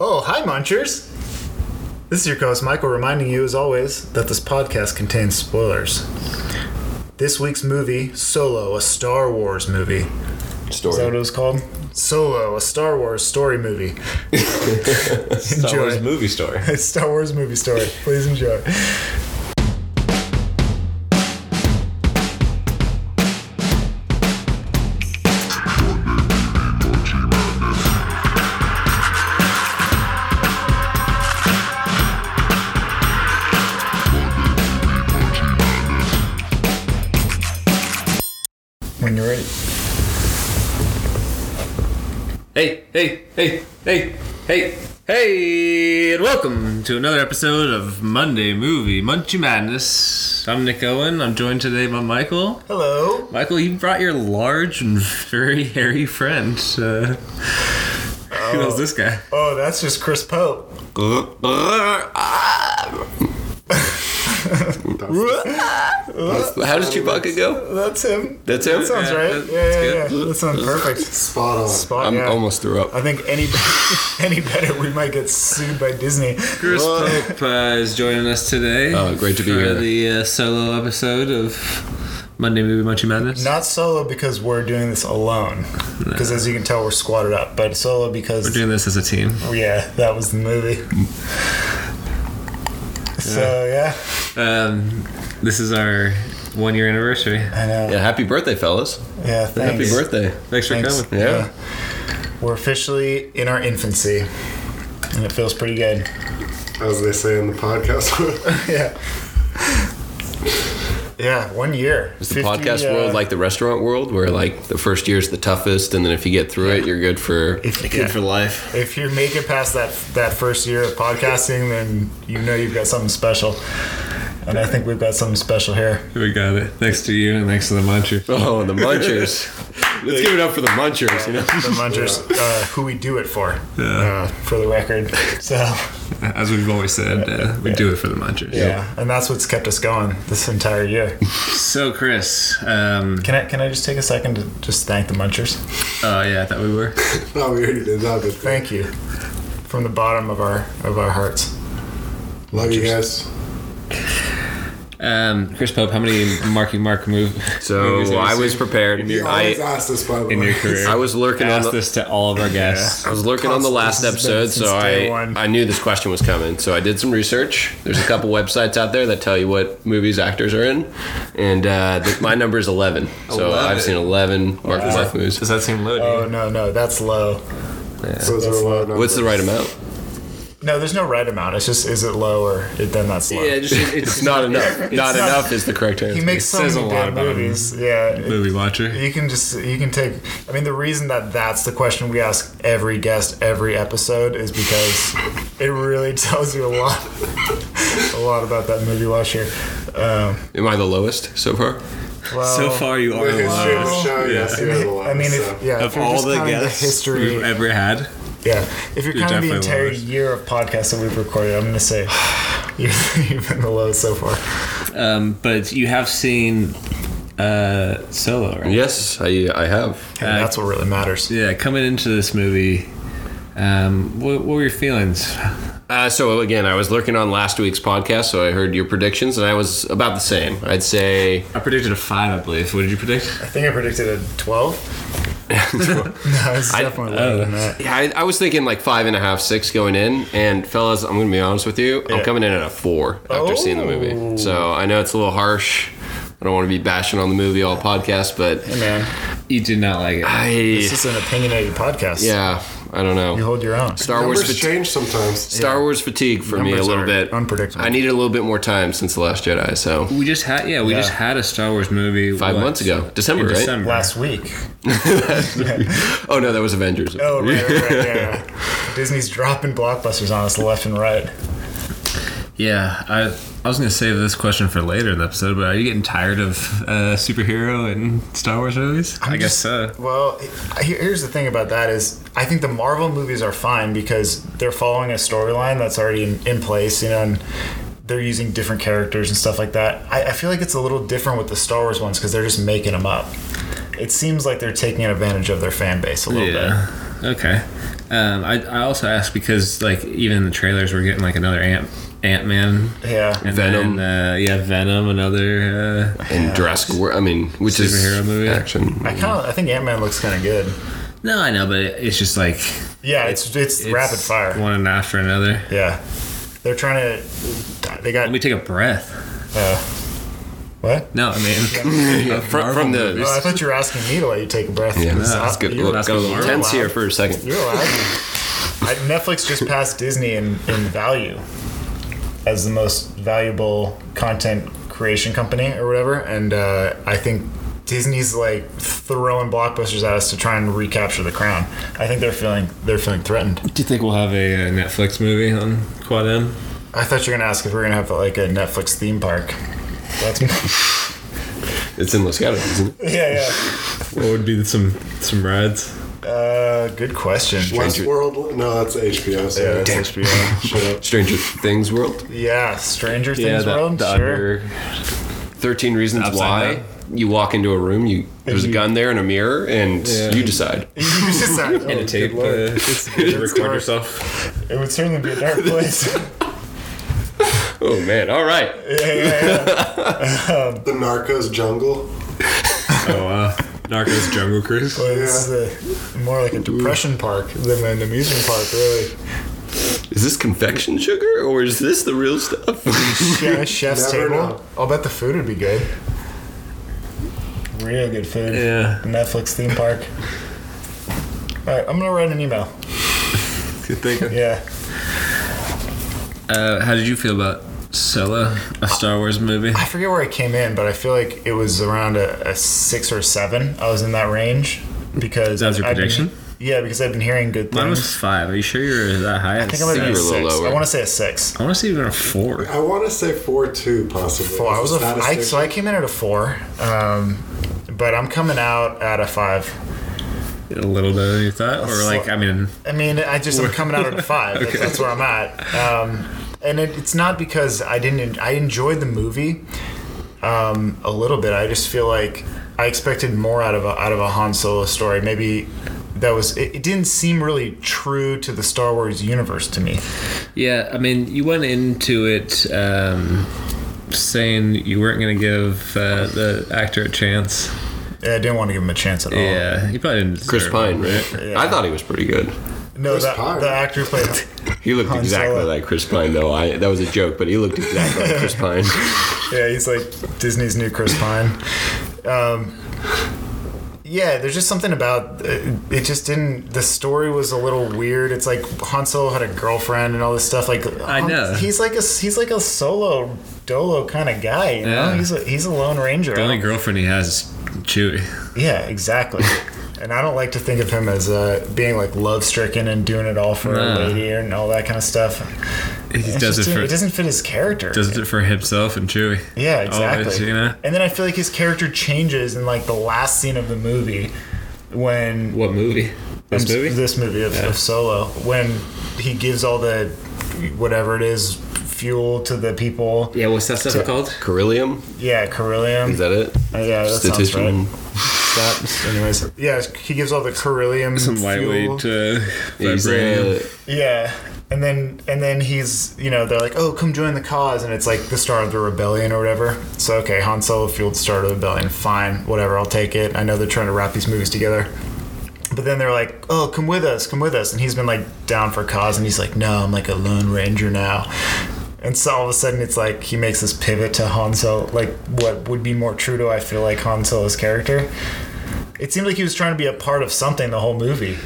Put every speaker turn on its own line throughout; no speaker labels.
Oh, hi, Munchers! This is your co host, Michael, reminding you, as always, that this podcast contains spoilers. This week's movie, Solo, a Star Wars movie. Is that what it
Story.
was called? Solo, a Star Wars story movie.
Star
Enjoy.
Wars movie story.
It's Star Wars movie story. Please enjoy. When you're ready.
Hey, hey, hey, hey, hey, hey, and welcome to another episode of Monday Movie Munchy Madness. I'm Nick Owen. I'm joined today by Michael.
Hello.
Michael, you brought your large and very hairy friend. Uh, Who is this guy?
Oh, that's just Chris Pope.
How does Chewbacca go?
That's him.
That's him?
That sounds
Yeah,
right.
that-
Yeah, yeah,
that's
yeah. That sounds perfect.
Spot on.
Spot.
I'm
yeah.
almost threw up.
I think any any better, we might get sued by Disney.
Chris Pope uh, is joining us today.
Oh, great to be
for
here.
the uh, solo episode of Monday Movie Munchy Madness.
Not solo because we're doing this alone, because as you can tell, we're squatted up. But solo
We're
because
doing this as a team.
yeah, that was the movie.
Mm.
So yeah,
Um, this is our one year anniversary.
I know.
Yeah,
Yeah,
happy birthday, fellas.
thanks.
Happy birthday.
Thanks for
Thanks.
coming.
Yeah.
We're officially in our infancy, and it feels pretty good.
As they say in the podcast.
yeah. Yeah, one year.
Is the podcast
uh,
world like the restaurant world where like the first year is the toughest and then if you get through it you're good for
If-
good
yeah.
for life.
uh, if you make it past that that first year of podcasting, then you know you've got something special. And I think we've got something special here.
We got it. Thanks to you and thanks to the muncher.
Oh, the munchers. Let's give it up for the munchers, you know.
The Munchers, uh, who we do it for, uh, for the record. So,
As we've always said, uh, we do it for the munchers.
yeah, and that's what's kept us going this entire year.
So, Chris, um,
Can I can I just take a second to just thank the Munchers?
oh yeah, I thought we were.
no, we already did that. But
Thank you from the bottom of our of our hearts.
love you guys.
Um, Chris Pope, how many Marky Mark move? movies have
So
you
I was
seen
prepared.
You always
I
ask this, by the way.
in your career.
I was lurking on
asked
the,
this to all of our guests.
I was lurking on the last
This has been
episode,
since
so
day
I
one.
I knew this question was coming. So I did some research. There's a couple websites out there that tell you what movies actors are in, and uh, th- my number is 11. So
11.
I've seen 11 Mark wow. movies.
that seem low?
Oh no no, that's low.
Those are low numbers.
What's the right amount?
No, there's no right amount. It's just is it low or it, then that's low.
Yeah, just, it's,
It's not enough. not enough is the correct answer.
he makes
it
so
says
many
a lot
damn
about him.
movies. Yeah, it-
movie watcher.
You can just you can take. I mean, the reason that that's the question we ask every guest every episode is because it really tells you a lot, a lot about that movie watcher. Um,
Am I the lowest so far?
well,
So far, you are
The history of
alive.
the show, yes, you have a lot.
I mean,
so.
if, yeah, if
Of
you're
all
just
the
counting
guests
the history,
we've ever had,
yeah. If you're,
you're
counting the
definitely
entire
lowest.
year of podcasts that we've recorded, I'm gonna say you're, you've been the lowest so far.
um, but you have seen uh, Solo, right?
Yes, I I have.
And that's what really matters.
Yeah, coming into this movie, um, what, what were your feelings?
Uh, so again, I was lurking on last week's podcast, so I heard your predictions, and I was about the same. I'd say
I predicted a five, I believe. What did you predict?
I think I predicted a 12. no, it's definitely lower than that.
Yeah, I, I was thinking like five and a half, six going in. And fellas, I'm gonna be honest with you,
Yeah.
I'm coming in at a four after seeing the
Oh.
movie. So I know it's a little harsh. I don't want to be bashing on the movie all podcast, but
Hey, man,
You did not like it.
I
this is an opinionated podcast.
yeah, I don't
You
know.
hold your own.
Star Wars,
numbers
fati-
change sometimes.
Star Wars fatigue for me a
Numbers
little
are
bit.
unpredictable.
I needed a little bit more time since the Last Jedi. So
We just had yeah, we
Yeah.
just had a Star Wars movie
Five
what?
months ago. December,
In
right?
December.
last week.
oh no, that was Avengers.
Oh, right, right, right, yeah, yeah. Disney's dropping blockbusters on us left and right.
Yeah, I I was gonna save this question for later in the episode, but are you getting tired of uh, superhero and Star Wars movies? i guess so.
Well, he- here's the thing about that is I think the Marvel movies are fine because they're following a storyline that's already in, in place, you know, and they're using different characters and stuff like that. I, I feel like it's a little different with the Star Wars ones because they're just making them up. It seems like they're taking advantage of their fan base a little bit.
Okay. Um, I, I also asked because like even in the trailers we're getting like another Ant Ant Man.
Yeah.
And
Venom.
Then, uh, yeah, Venom. Another. Uh,
and Jurassic World. I mean, which
Superhero
is
movie.
action.
I kind of I think Ant Man looks kind of good.
no, I know, but it, it's just like
Yeah, it's it's,
it's
rapid fire.
one and after another.
Yeah, they're trying to. They got
Let me take a breath.
uh, what?
No, I mean
Yeah, from, from the
Oh, I thought you were asking me to let you take a breath.
yeah, that's,
Uh,
that's good.
you're
Look,
allowed-
got a little
You're
tense
allowed.
here for a second.
You're allowed. I, Netflix just passed Disney in, in value as the most valuable content creation company or whatever, and uh, I think. Disney's like throwing blockbusters at us to try and recapture the crown. I think they're feeling they're feeling threatened.
Do you think we'll have a uh, Netflix movie on Quad M?
I thought you were gonna ask if we are gonna have like a Netflix theme park. That's
It's in Los Gatos. Isn't it?
yeah,
What would be some some rides?
yeah. Uh, good question.
Stranger-
Westworld? No, that's HBO. So
Yeah,
that's
that's HBO.
Shut up.
Stranger Things world.
yeah, Stranger Things
that-
World.
the
sure.
other Thirteen reasons
Upside
why
down.
you walk into a room. You there's a
you-
gun there and a mirror, and
Yeah.
you decide.
You just said-
And a tape. Uh,
lord.
it's good to record
dark.
yourself.
it would certainly be a dark place.
Oh man! All right.
The Narcos Jungle.
Oh wow. Narcos Jungle Cruise.
But it's uh, more like a depression park than an amusement park, really.
Is this confection sugar or is this the real stuff?
Yeah, chef's
Never
table.
know.
I'll bet the food would be good. Real good food.
Yeah.
Netflix theme park. All right, I'm gonna write an email.
Good thinking.
Yeah.
Uh, how did you feel about Solo, a Star Wars movie?
I forget where I came in, but I feel like it was around a, a six or seven. I was in that range because
That was your
I've been-
prediction?
yeah, because I've been hearing good
Mine
things.
was five. Are you sure you're that high?
I think I might be a
you were a little
six. I
lower.
want to say a six.
want to see even a four.
I want to say four two possibly.
Four. I was a,
It's not
I,
six.
so I came in at a four, um, but I'm coming out at a five.
A little better than you thought, or like I mean,
I mean, I just I'm coming out at a five. That's, that's where I'm at. Um, and it, it's not because I didn't. en- I enjoyed the movie um, a little bit. I just feel like I expected more out of a, out of a Han Solo story. Maybe that was. It, it didn't seem really true to the Star Wars universe to me.
yeah, I mean, you went into it um, saying you weren't going to give uh, the actor a chance.
I didn't want to give him a chance at all.
Yeah, you probably didn't. Deserve
Chris
it.
Pine, right?
Yeah.
I thought he was pretty good.
No,
Chris
that,
Pine.
the actor who played.
He looked
Han
exactly
Solo.
like Chris Pine, though. I that was a joke, but he looked exactly like Chris Pine.
Yeah, he's like Disney's new Chris Pine. Um, yeah, there's just something about it, it. Just didn't. The story was a little weird. It's like Han Solo had a girlfriend and all this stuff. Like
I
Han-
know.
he's like a he's like a solo dolo kind of guy. You know,
Yeah.
he's a, he's a lone ranger.
The only girlfriend he has is Chewie.
yeah, exactly. and I don't like to think of him as uh, being like love stricken and doing it all for a
Nah.
lady and all that kind of stuff.
He
It's
does it
just-
for
it doesn't fit his character.
does it for himself and Chewie.
Yeah, exactly.
Always, you know?
And then I feel like his character changes in like the last scene of the movie when
What movie? This
um,
movie.
this movie of, of Solo when he gives all the whatever it is fuel to the people.
Yeah, what's that stuff called?
Carillium,
Yeah,
is
Carillium.
that it?
Uh, yeah, that sounds right.
Statistician.
Anyways, yeah, he gives all the Carillium
Some
fuel.
lightweight uh,
He's,
vibranium.
uh,
Yeah. And then and then he's you know they're like oh come join the cause and it's like the start of the rebellion or whatever so okay Han Solo fueled the start of the rebellion fine whatever I'll take it I know they're trying to wrap these movies together but then they're like oh come with us come with us and he's been like down for cause and he's like no I'm like a lone ranger now and so all of a sudden it's like he makes this pivot to Han Solo like what would be more true to I feel like Han Solo's character it seemed like he was trying to be a part of something the whole movie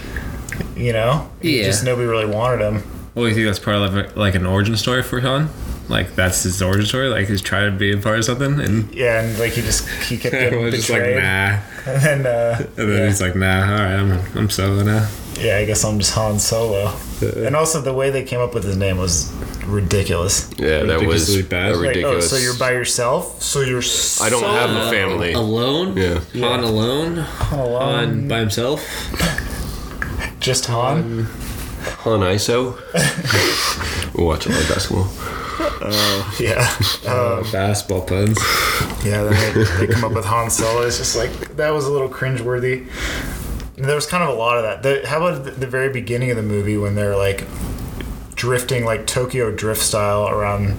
you know
Yeah.
just nobody really wanted him.
Well, Oh, you think that's part of like, like an origin story for Han? Like that's his origin story. Like he's trying to be a part of something, and
Yeah, and like he just he kept getting
everyone's just like
betrayed,
nah.
and then uh,
And then he's like nah. All right, I'm I'm solo now.
yeah, I guess I'm just Han Solo. and also the way they came up with his name was ridiculous.
yeah, that was
Ridiculously bad.
a
Like,
Like, oh,
ridiculous.
so you're by yourself? So you're so
I don't have a family.
Alone.
Yeah.
Han alone.
alone,
by himself.
just Han.
Han ISO. we watch a lot of basketball.
yeah,
basketball puns.
yeah. Then they, they come up with Han Solo. It's just like that was a little cringeworthy. And there was kind of a lot of that. The, how about the, the very beginning of the movie when they're like drifting, like Tokyo drift style around?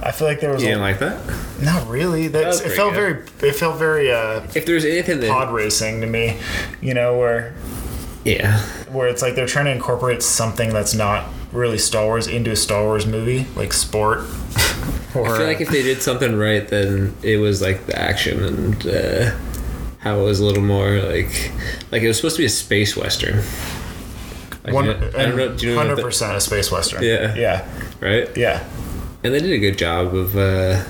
I feel like there was
You
a,
didn't like that?
not really. That's
was
it
pretty
felt
good.
very it felt very uh,
If there's anything that
pod racing to me, you know, where
Yeah.
where it's like they're trying to incorporate something that's not really Star Wars into a Star Wars movie, like sport. or,
I feel like if they did something right, then it was like the action and uh, how it was a little more like like it was supposed to be a space western. Like,
one
you know- I don't know, do you know what
hundred percent a space western.
Yeah.
yeah,
the- right?
yeah.
And they did a good job of uh,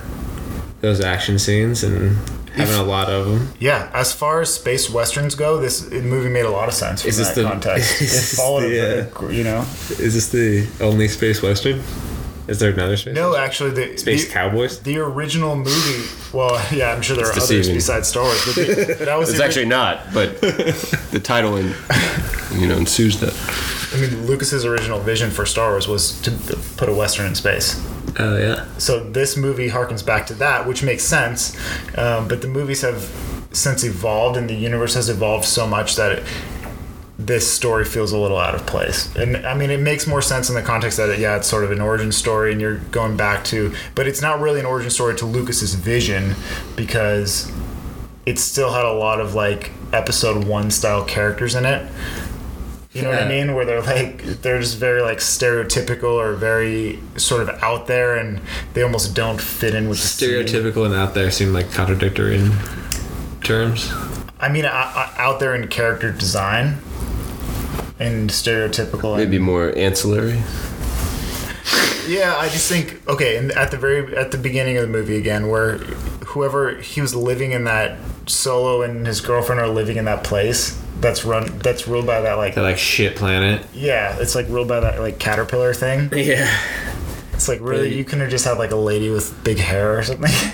those action scenes and having a lot of them.
Yeah, as far as space westerns go, this movie made a lot of sense from
Is this
that
the-
context.
is
It
this
followed
the, uh,
it, pretty gr- you know.
Is this the only space western? Is there another space?
No, uh, actually, the
Space
the,
Cowboys.
the original movie. Well, yeah, I'm sure there are others
deceiving.
besides Star Wars, but the, that was
It's
the,
actually not, but the title and you know ensues that.
I mean, Lucas's original vision for Star Wars was to put a western in space.
Oh yeah.
So this movie harkens back to that, which makes sense. Um, but the movies have since evolved, and the universe has evolved so much that it, this story feels a little out of place. And I mean, it makes more sense in the context that yeah, it's sort of an origin story, and you're going back to, but it's not really an origin story to Lucas's vision because it still had a lot of like episode one style characters in it. You know what I
Yeah.
mean? Where they're like, they're just very like stereotypical or very sort of out there, and they almost don't fit in with the scene.
Stereotypical and out there seem like contradictory in terms.
I mean, I, I, out there in character design and stereotypical. and-
Maybe more ancillary.
yeah, I just think okay, and at the very at the beginning of the movie again, where whoever he was living in that solo and his girlfriend are living in that place that's run that's ruled by that like
They're like shit planet.
yeah, it's like ruled by that like caterpillar thing.
Yeah.
It's like really, you couldn't have just had like a lady with big hair or something.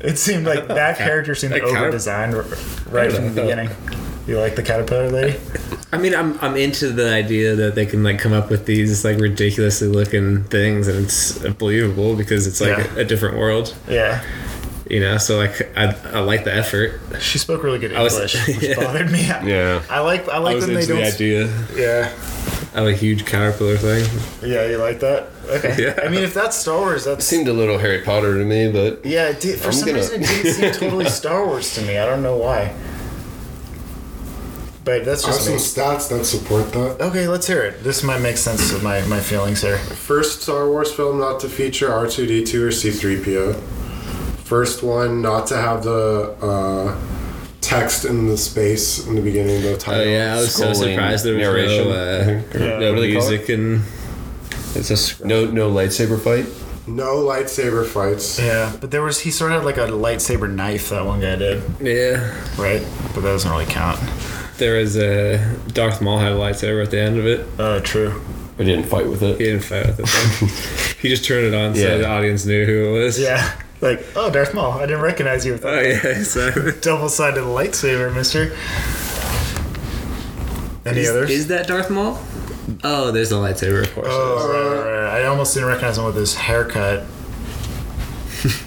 it seemed like that character seemed
Like caterp-
over designed right from the beginning. You like the caterpillar lady?
I mean, I'm I'm into the idea that they can like come up with these like ridiculously looking things, and it's believable because it's like
Yeah.
a, different world,
Yeah,
you know. So like, I, I like the effort.
she spoke really good
was-
English, which
yeah.
bothered me.
Yeah.
I like I
I
like
was
when they
into
don't.
the idea
Yeah,
of a huge caterpillar thing.
yeah, you like that? Okay.
Yeah.
I mean, if that's Star Wars, that's
Seemed a little Harry Potter to me, but
yeah. It did, for
I'm
some
gonna-
reason, it didn't seem totally Star Wars to me. I don't know why. But that's
I have
just
some
me.
stats that support that.
Okay, let's hear it. This might make sense of my, my feelings here.
First Star Wars film not to feature R2D2 or C3PO. First one not to have the uh, text in the space in the beginning of the
Oh
title.
yeah, I was so
Scrolling
surprised there was
narration, I
no, uh, no
What do they call
music and it's just
no no lightsaber fight.
No lightsaber fights.
Yeah, but there was he sort of had like a lightsaber knife that one guy did,
yeah.
right? But that doesn't really count.
There was a Darth Maul had a lightsaber at the end of it.
Oh, true.
We didn't fight with
He
it.
didn't fight with it. though. he just turned it on so
Yeah.
the audience knew who it was.
Yeah, like oh Darth Maul, I didn't recognize you with
Oh
that
yeah, exactly.
double-sided lightsaber, Mister. Any others?
that Darth Maul? Oh, there's the lightsaber, of course.
Oh, right, right, right. I almost didn't recognize him with his haircut.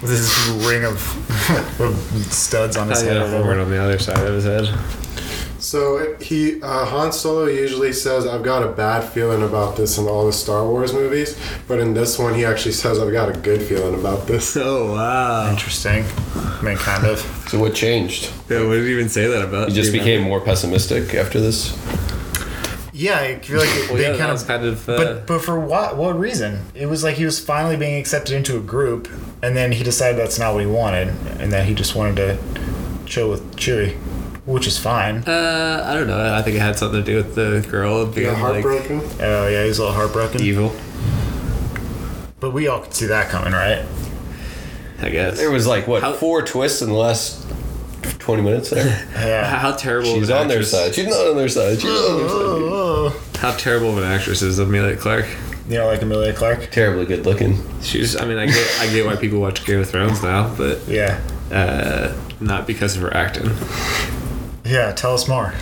with his ring of, of studs on his
I had a
head.
horn on the other side of his head.
So he uh, Han Solo usually says, "I've got a bad feeling about this" in all the Star Wars movies, but in this one he actually says, "I've got a good feeling about this."
Oh wow!
Interesting. I mean, kind of.
So what changed?
Yeah, what did you even say that about?
You just became more pessimistic after this.
Yeah, I feel like it- they kind of.
kind of.
But but for what what reason? It was like he was finally being accepted into a group, and then he decided that's not what he wanted, and that he just wanted to chill with Chewie, which is fine.
uh, I don't know. I think it had something to do with the girl being
Yeah, heartbroken.
Oh yeah, he's a little heartbroken.
evil.
But we all could see that coming, right?
I guess.
There was like what
How-
four twists in the last twenty minutes. There,
Yeah.
how terrible.
she's
of an
on their
actress-
side. She's not on their side. She's not on their side.
Oh, oh.
How terrible of an actress is Amelia Clark?
You know, like Amelia Clark.
Terribly good looking.
She's. I mean, I get. I get why people watch Game of Thrones now, but
Yeah.
uh, not because of her acting.
Yeah, tell us more.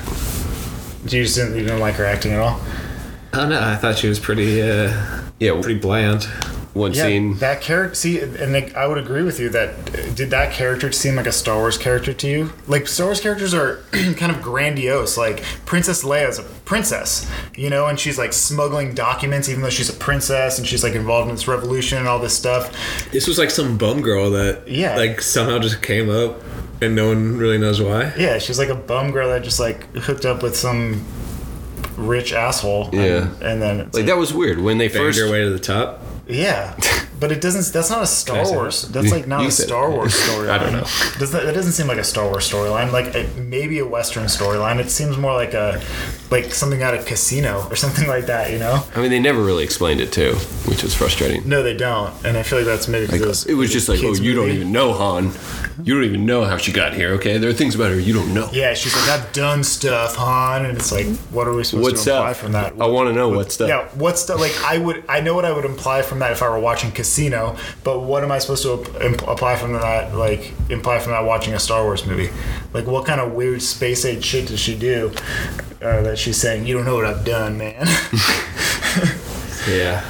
You just didn't, you didn't like her acting at all?
I don't know. I thought she was pretty. Uh,
Yeah,
pretty bland.
one scene.
that character. See, and like, I would agree with you that did that character seem like a Star Wars character to you? Like Star Wars characters are kind of grandiose. Like Princess Leia's a princess, you know, and she's like smuggling documents, even though she's a princess, and she's like involved in this revolution and all this stuff.
This was like some bum girl that
Yeah.
like somehow just came up and no one really knows why.
Yeah, she's like a bum girl that just like hooked up with some rich asshole.
Yeah.
and, and then it's
Like
like,
that was weird when they
Banged
first.
her way to the top.
yeah, but it doesn't. That's not a Star
say
Wars. That's like not
You
a
said-
Star Wars storyline.
I don't know.
Does that, that doesn't seem like a Star Wars storyline. Like it, maybe a Western storyline. It seems more like a like something out of Casino or something like that. You know?
I mean, they never really explained it too, which was frustrating.
No, they don't. And I feel like that's maybe
Like,
because
it was just like, oh, you don't even know Han. You don't even know how she got here. Okay, there are things about her you don't know.
Yeah, she's like, I've done stuff, Han, and it's like, what are we supposed
What's
to imply
up?
from that?
I want to know what's up.
Yeah, what's the like? I would, I know what I would imply from that if I were watching Casino, but what am I supposed to imp- apply from that? Like imply from that watching a Star Wars movie? Like what kind of weird space age shit does she do? Uh, that she's saying, you don't know what I've done, man.
Yeah.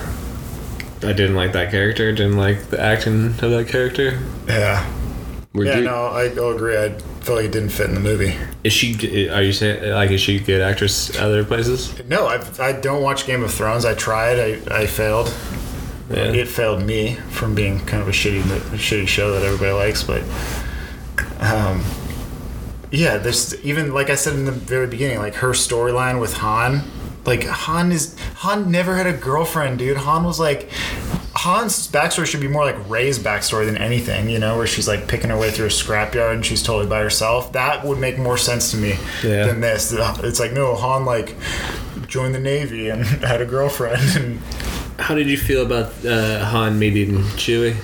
I didn't like that character. Didn't like the acting of that character.
yeah,
We're
yeah.
do-
No, I, I'll agree. I feel like it didn't fit in the movie.
Is she? g- Are you saying like is she a good actress? Other places?
No, I I don't watch Game of Thrones. I tried. I I failed.
Yeah.
It failed me from being kind of a shitty, a shitty show that everybody likes, but um, yeah, there's even like I said in the very beginning, like her storyline with Han, like Han is Han never had a girlfriend, dude. Han was like Han's backstory should be more like Ray's backstory than anything, you know, where she's like picking her way through a scrapyard and she's totally by herself. That would make more sense to me
Yeah.
than this. It's like no, Han like joined the navy and had a girlfriend and
How did you feel about uh, Han meeting Chewie?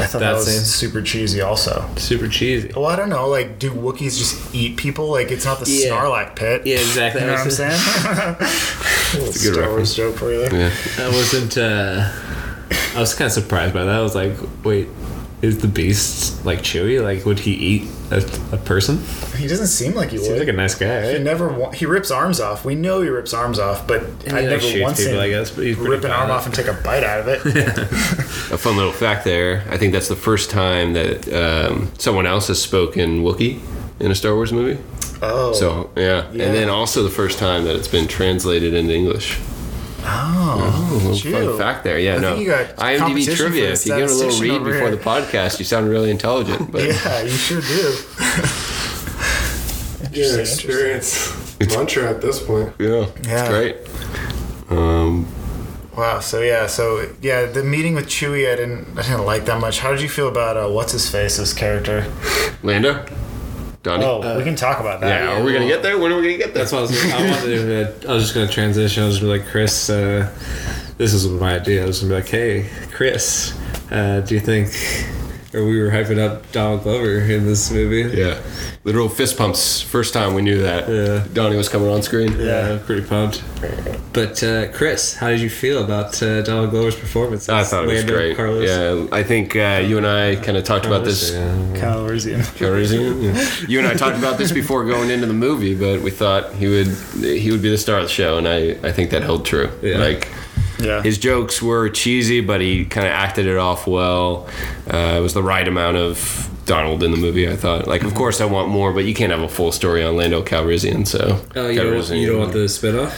I thought that,
That
was
scene.
super cheesy also.
Super cheesy.
Well, I don't know. Like, do Wookiees just eat people? Like, it's not the
Yeah.
Snarlack pit.
Yeah, exactly.
You know what I'm saying? That's
good
Star Wars joke for you there.
Yeah.
I wasn't. Uh, I was kind of surprised by that. I was like, wait, is the beast like Chewie? Like, would he eat a, a person?
He doesn't seem like he would.
Seems like a nice guy,
he
right?
never. Wa- he rips arms off. We know he rips arms off, but I
like,
never
shoots
once
people,
seen
I guess, but he's pretty
rip an arm
violent.
off and take a bite out of it.
A fun little fact there. I think that's the first time that um, someone else has spoken Wookiee in a Star Wars movie.
oh,
So yeah.
Yeah.
and then also the first time that it's been translated into English.
oh,
A little
Phew.
fun fact there. Yeah,
I
no.
think you got
IMDb
competition for
trivia.
the
If you give it a little
statistician
read
over
before
here.
the podcast, you sound really intelligent. But
yeah, you sure do.
Your
Interesting,
experience muncher at this point.
yeah,
Yeah.
it's great. Um,
Wow. So yeah. So yeah. The meeting with Chewie, I didn't. I didn't like that much. How did you feel about uh, what's his face, his character?
Lando,
Uh,
Donnie.
Oh, we can talk about that.
yeah, are we gonna get there? When are we gonna get there?
That's what I was. I wanted to. I was just gonna transition. I was just gonna be like, Chris, uh, this is my idea. I was gonna be like, hey, Chris, uh, do you think? Or we were hyping up Donald Glover in this movie.
Yeah, literal fist pumps. First time we knew that
Yeah.
Donnie was coming on screen.
Yeah, Uh, pretty pumped. But uh, Chris, how did you feel about uh, Donald Glover's performance?
I thought it was
Lando
great.
Carlos?
Yeah, I think uh, you and I kind of talked about this.
Yeah.
Calrissian.
you and I talked about this before going into the movie, but we thought he would he would be the star of the show, and I, I think that held true.
Yeah.
Like
Yeah.
his jokes were cheesy, but he kind of acted it off well. Uh, it was the right amount of Donald in the movie. I thought. Like, of course, I want more, but you can't have a full story on Lando Calrissian. So
Oh, you don't,
Calrissian.
you don't want the spinoff?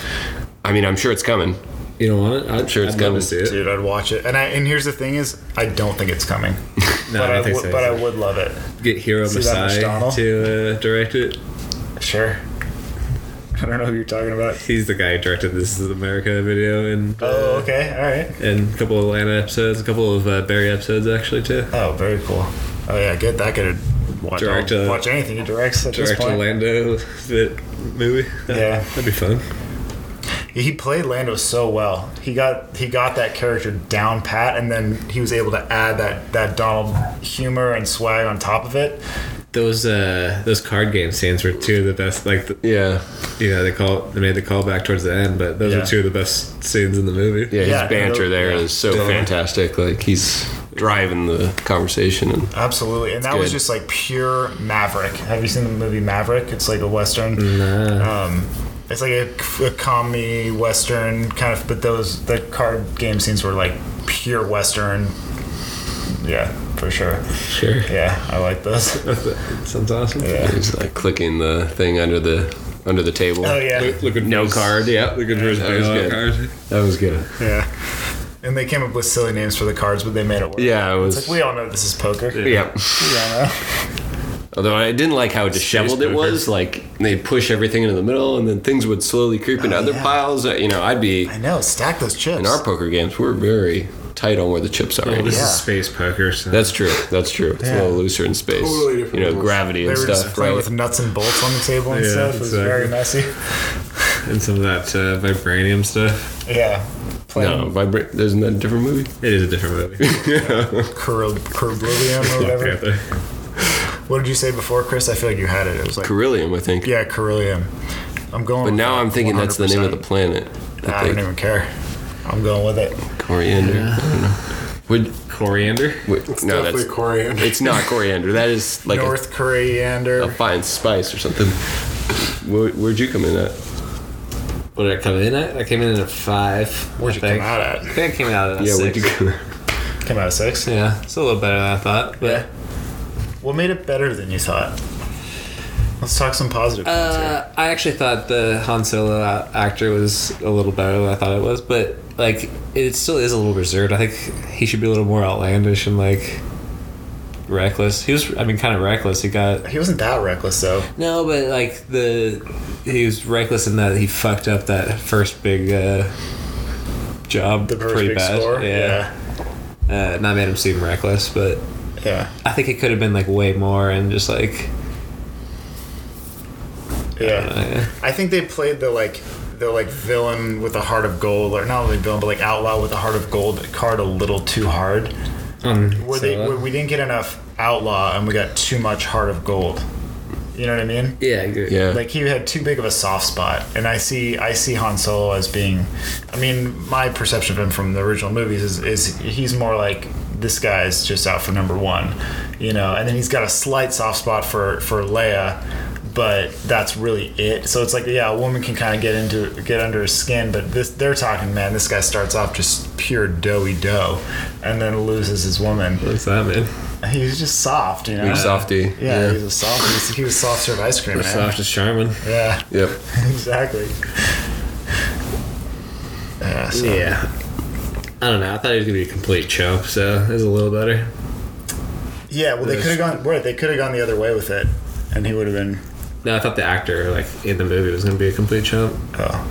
I mean, I'm sure it's coming.
You don't want it? I'm
sure it's
I'd love
coming.
to see it.
Dude, I'd watch it. And I and here's the thing is, I don't think it's coming.
No,
but
I
I,
don't think
would-
so.
but I would love it.
Get Hero
See that much
Masai
Donald?
to uh, direct it.
Sure. I don't know who you're talking about.
He's the guy who directed This Is America video and
Oh, okay. All right.
and a couple of Atlanta episodes, a couple of uh, Barry episodes actually too.
Oh, very cool. Oh yeah, good. That could watch
Direct,
I'll
uh,
watch anything he directs at
Direct
this
a
point.
Lando bit movie.
Yeah.
that'd be fun.
He played Lando so well. He got he got that character down pat, and then he was able to add that that Donald humor and swag on top of it.
Those uh, those card game scenes were two of the best. Like the,
Yeah,
you know, they call they made the call back towards the end, but those
Yeah.
are two of the best scenes in the movie.
yeah.
Yeah,
his banter
no,
there is
yeah.
so fantastic. Like he's driving the conversation and
Absolutely, and that was
good.
just like pure Maverick. Have you seen the movie Maverick? It's like a western. Um, it's like a, a comedy western kind of, but those the card game scenes were like pure Western. Yeah, for sure.
Sure.
Yeah, I like those.
Sounds awesome.
Yeah.
He's like clicking the thing under the under the table.
Oh yeah,
Look, looking
No card. Yeah.
Looking for his
That was
bailout
good.
card.
That was good.
yeah. And they came up with silly names for the cards, but they made it work.
Yeah, it
It's
was.
like we all know this is poker.
yeah.
We all know.
Although I didn't like how disheveled it
poker.
was. Like they'd push everything into the middle, and then things would slowly creep into other
Oh, yeah.
piles. Uh, You know, I'd be
I know. Stack those chips.
in our poker games. We're very tight on where the chips are.
Well, Oh, this
Yeah.
is space poker. So.
That's true. That's true. It's a little looser in space.
Totally different
you know,
rules.
gravity
they
and
were just
stuff.
playing
Right?
with nuts and bolts on the table and
Yeah,
stuff. It was very messy.
and some of that uh, vibranium stuff.
Yeah. Playing
no, vibrate. Isn't that a different movie?
It is a different movie.
Curb- Curbilium or
Black
whatever.
Panther.
What did you say before, Chris? I feel like you had it. It was like
Carillium, I think.
yeah, Carillium. I'm going.
But
with
now
that
I'm thinking that's the name of the
100%.
planet.
Nah, I
I
don't
think
even care. I'm going with it.
coriander. I don't know. Would,
Coriander.
would-
It's
no,
definitely
that's
coriander.
it's not coriander. That is like a,
North Coriander.
a fine spice or something. Where, where'd you come in at?
What did I come in at? I came in at a five.
Where'd
I
you
think.
come out at?
I think I came out at a
Yeah, where'd
six.
you come? in?
Came out of six.
Yeah, it's a little better than I thought, but.
Yeah. What made it better than you thought? Let's talk some positive. points here.
Uh, I actually thought the Han Solo a- actor was a little better than I thought it was, but like it still is a little reserved. I think he should be a little more outlandish and like reckless. He was, I mean, kind of reckless. He got
He wasn't that reckless though.
no, but like the he was reckless in that he fucked up that first big uh, job
The first
pretty
big
bad.
score.
Yeah, Uh, not made him seem reckless, but
yeah. Yeah.
I think it could have been like way more and just like
Yeah.
uh,
I think they played the like the like villain with a heart of gold, or not really villain, but like outlaw with a heart of gold card a little too hard.
um,
Where they
Solo.
where we didn't get enough outlaw, and we got too much heart of gold. You know what I mean?
yeah, I agree.
Yeah.
Like he had too big of a soft spot, and I see I see Han Solo as being, I mean, my perception of him from the original movies is is he's more like this guy's just out for number one, you know, and then he's got a slight soft spot for for Leia, but that's really it. So it's like yeah, a woman can kind of get into get under his skin, but this they're talking man, this guy starts off just pure doughy dough, and then loses his woman.
What's that, man?
He's just soft, you know.
Big softy.
Yeah, he's a soft. he's- He was soft serve ice cream, man.
Soft as Charmin.
Yeah.
Yep.
Exactly.
Ah,
Yeah, so-
Yeah. I don't know. I thought he was gonna be a complete chump, so it was a little better.
Yeah, well, they could have gone. Right, they could have gone the other way with it, and he would have been.
No, I thought the actor like in the movie was gonna be a complete chump,
Oh,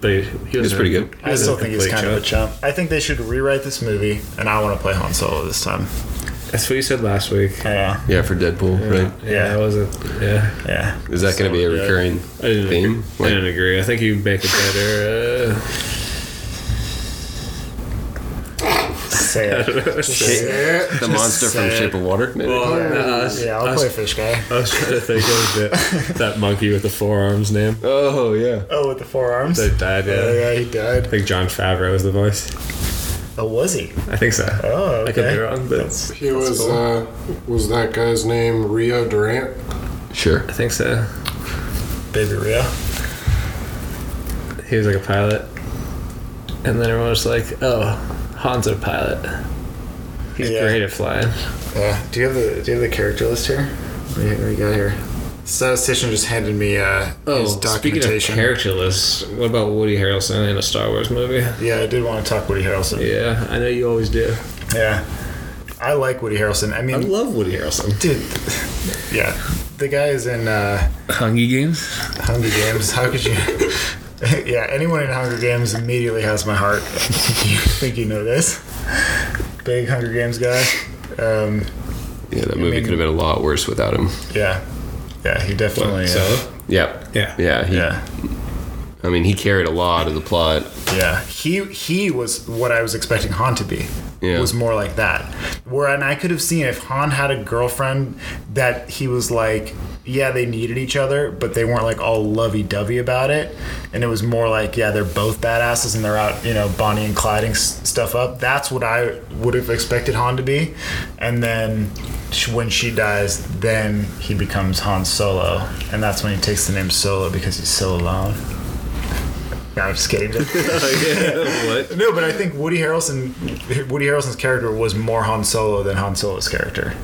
but he, he was
pretty good.
I still think he's kind of a chump. I think they should rewrite this movie, and I want to play Han Solo this time.
That's what you said last week.
Yeah,
Yeah, for Deadpool, right?
Yeah.
Yeah, I wasn't. Yeah,
yeah.
Is that going to be a
Yeah.
recurring
I didn't
theme?
agree. I didn't agree. I think you make it better. Uh,
Say
uh,
it. Just say it.
the monster from
say
Shape of Water? Maybe.
Yeah, I'll play Fish Guy.
I was trying to think of the, that monkey with the forearms name
oh yeah.
Oh, with the forearms.
that died. Yeah.
Oh, yeah, he
I
died.
think John Favreau was the voice.
Oh, was he?
I think so.
Oh,
I could be
okay.
wrong, but
That's-
he was uh, was that guy's name Rio Durant?
Sure.
I think so.
Baby Rio.
he was like a pilot. And then everyone was like, oh, Han's a pilot. He's
Yeah.
great at flying.
Yeah. Do you have the Do you have the character list here? What do you, what do you got here? Statistician just handed me uh, his
Oh, speaking of
documentation.
character lists, what about Woody Harrelson in a Star Wars movie?
yeah, I did want to talk Woody Harrelson. Yeah.
Yeah, I know you always do.
I like Woody Harrelson. I mean,
I love Woody Harrelson.
dude. Yeah, the guy is in uh,
Hungry Games?
Hunger Games. How could you? yeah, anyone in Hunger Games immediately has my heart. you think you know this? Big Hunger Games guy. Um,
Yeah, that movie
mean-
could have been a lot worse without him.
yeah, yeah, he definitely. uh,
So?
Yeah.
Yeah.
Yeah. He,
yeah.
I mean, he carried a lot of the plot.
Yeah, he he was what I was expecting Han to be.
Yeah.
Was more like that. Where and I could have seen if Han had a girlfriend that he was like, yeah, they needed each other, but they weren't like all lovey dovey about it. And it was more like, yeah, they're both badasses and they're out, you know, Bonnie and Clyding s- stuff up. That's what I would have expected Han to be. And then sh- when she dies, then he becomes Han Solo, and that's when he takes the name Solo because he's so alone. No, I'm just kidding.
what?
no, but I think Woody Harrelson, Woody Harrelson's character was more Han Solo than Han Solo's character,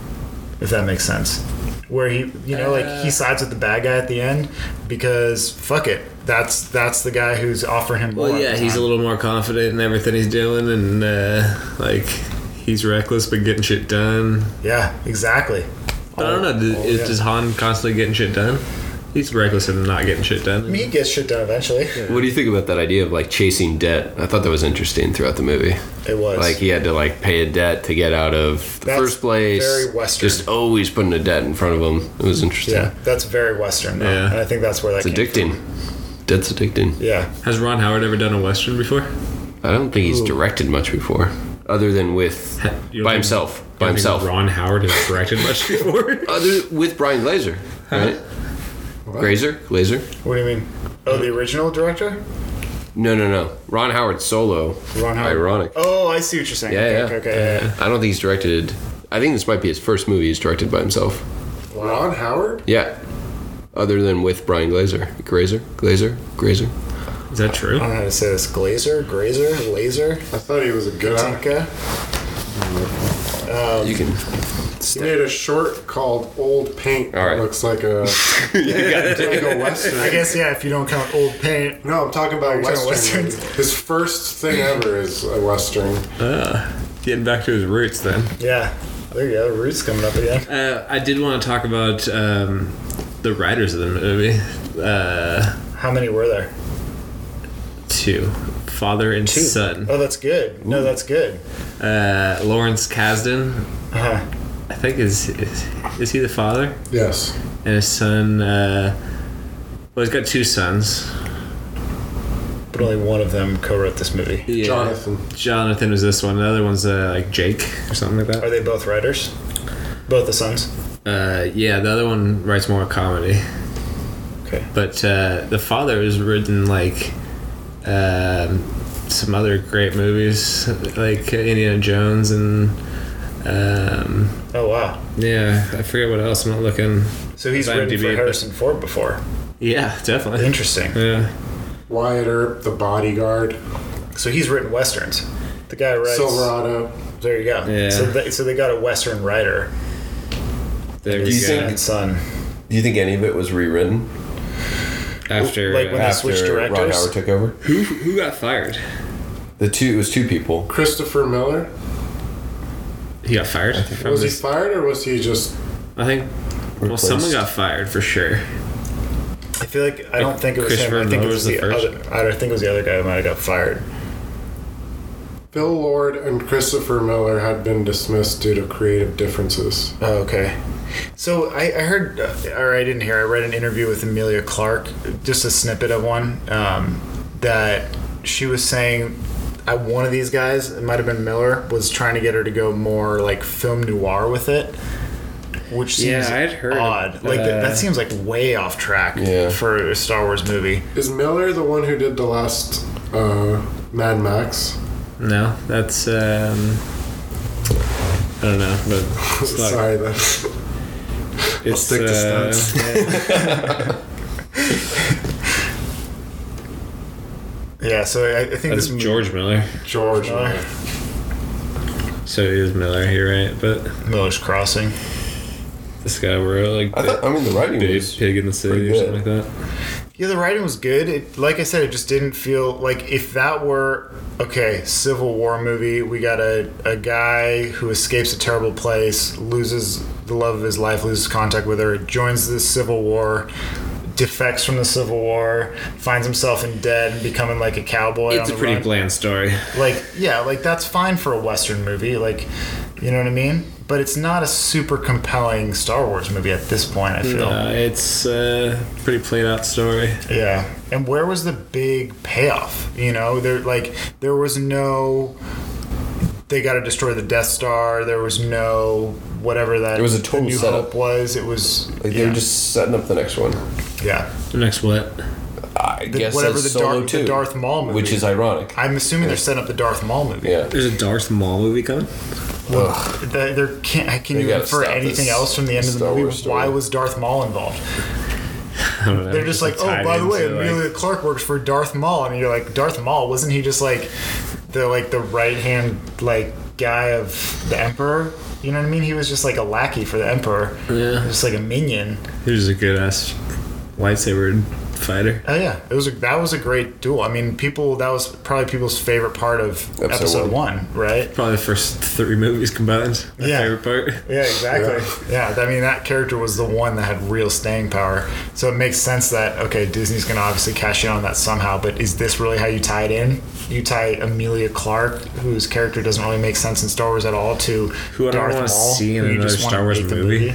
if that makes sense. Where he, you know, like he sides with the bad guy at the end because fuck it, that's that's the guy who's offering him.
Well,
more at
yeah,
the
he's a
time.
little more confident in everything he's doing, and uh, like he's reckless but getting shit done.
Yeah, exactly.
But I don't know. Does, is, does Han constantly getting shit done? He's reckless and not getting shit done.
He gets shit done eventually.
What do you think about that idea of like chasing debt? I thought that was interesting throughout the movie.
It was
Like he had to like pay a debt to get out of the
That's
first place.
very Western.
Just always putting a debt in front of him. It was interesting.
yeah, that's very Western. Though,
Yeah.
and I think that's where that
It's
came
addicting. Debt's addicting.
Yeah,
Has Ron Howard ever done a western before?
I don't think he's directed much before, other than with
You don't
by
think-
himself.
you
By
don't think
himself.
Ron Howard has directed much before.
Other with Brian Glazer, right? Grazer, Glazer.
what do you mean? Oh, the original director,
No, no, no. Ron Howard solo.
Ron Howard.
Ironic.
Oh, I see what you're saying.
Yeah,
okay,
yeah.
okay, okay, yeah.
I don't think he's directed. I think this might be his first movie he's directed by himself.
Ron Howard?
Yeah. Other than with Brian Glazer, Grazer, Glazer, Grazer.
Is that true?
I don't know how to say this. Glazer, Grazer, Laser,
I thought he was a good actor.
Tinka.
you can.
He made a short called Old Paint.
All right.
That looks like a, like a Western.
I guess yeah. If you don't count old paint,
No, I'm talking
talking
about
about
Western.
Westerns?
movie. His first thing ever is a Western.
Getting back to his roots then.
yeah. There you go. The roots coming up again.
Uh, I did want to talk about um, the writers of the movie. Uh,
How many were there?
two. Father and son.
Oh, that's good. No, that's good.
Uh, Lawrence Kasdan,
Uh-huh.
I think is, is is he the father?
Yes.
And his son uh, well he's got two sons.
But only one of them co-wrote this movie.
Yeah.
Jonathan.
Jonathan was this one. The other one's uh, like Jake or something like
Are
that.
they both writers? Both the sons.
Uh, yeah, the other one writes more comedy.
Okay.
But uh, the father has written like um, some other great movies, like Indiana Jones and um,
Oh wow.
yeah, I forget what else. I'm not looking.
So he's
It's
written for
IMDb,
Harrison Ford before.
Yeah, definitely.
Interesting.
Yeah,
Wyatt Earp, The Bodyguard,
So he's written westerns. The guy writes.
Silverado.
There you go.
Yeah.
So they, so they got a western writer
there
Do
we
you
go.
think-
and son.
Do you think any of it was rewritten
After
Like when they
after-
switched Uh, directors.
Ron Howard took over?
who who got fired?
The two it was two people.
Christopher Miller.
He got fired. from
Was he
this-
fired or was he just.
I think. Well,
Replaced.
someone got fired for sure.
I feel like I don't think it was him.
Christopher
I think it
Miller
was
was the
the
first?
other. I think it was the other guy who might have got fired.
Bill Lord and Christopher Miller had been dismissed due to creative differences.
Oh, okay. So I, I heard, uh, or I didn't hear, I read an interview with Amelia Clark, just a snippet of one, um, that she was saying I, one of these guys, it might have been Miller, was trying to get her to go more like film noir with it. Which seems
Yeah, I'd heard,
odd. Like that,
uh,
that seems like way off track
Yeah.
for a Star Wars movie.
Is Miller the one who did the last uh, Mad Max?
No, that's um, I don't know, but it's not-
Sorry, that's
It's,
stick to
uh,
Yeah, so I, I think
That's
this uh,
George Miller.
George.
Miller.
Miller.
So it is Miller, you're right. But
Miller's Crossing.
this guy wrote like
I
the
thought I mean the writing
Big
was
Pig in the City or
pretty
something like that.
Yeah, the writing was good. It, like I said, it just didn't feel like if that were okay, Civil War movie. We got a a guy who escapes a terrible place, loses the love of his life, loses contact with her, joins the Civil War. Defects from the Civil War, finds himself in debt and becoming like a cowboy.
It's
on
a
the
pretty
run.
bland story.
like yeah, like that's fine for a Western movie. Like, you know what I mean? But it's not a super compelling Star Wars movie at this point. I feel.
Uh, it's a pretty played out story.
Yeah. And where was the big payoff? You know, there like there was no they got to destroy the Death Star. There was no whatever that
It was a
the
total
New
setup.
Hope was. It was
like
yeah,
they were just setting up the next one.
yeah.
The next what?
I
The-
guess
whatever
that's
the
Solo
Darth- the
too,
Darth Maul movie.
which is ironic.
I'm assuming they're setting up the Darth Maul movie.
Yeah.
There's a Darth Maul movie coming.
Ugh.
There, there can't, can
They
you
gotta
infer
stop
anything
this
else from the end of the
Star
movie?
Wars story.
Why was Darth Maul involved?
I don't know.
They're just like, oh,
tied
by the way,
into, like-
Amelia Clark works for Darth Maul, and you're like, Darth Maul wasn't he just like the like the right hand like guy of the Emperor? You know what I mean? He was just like a lackey for the Emperor,
Yeah.
just like a minion.
he was a good ass lightsaber fighter.
Oh yeah, it was a, that was a great duel. I mean, people that was probably people's favorite part of episode, one. right?
Probably the first three movies combined. My
Yeah.
favorite part.
Yeah, exactly. Yeah. I mean that character was the one that had real staying power. So it makes sense that okay, Disney's going to obviously cash in on that somehow. But is this really how you tie it in? You tie Amelia Clark, whose character doesn't really make sense in Star Wars at all, to
Who I don't
Darth
wanna
Maul,
see in
who you
another
just wanna
Star Wars
make the
movie.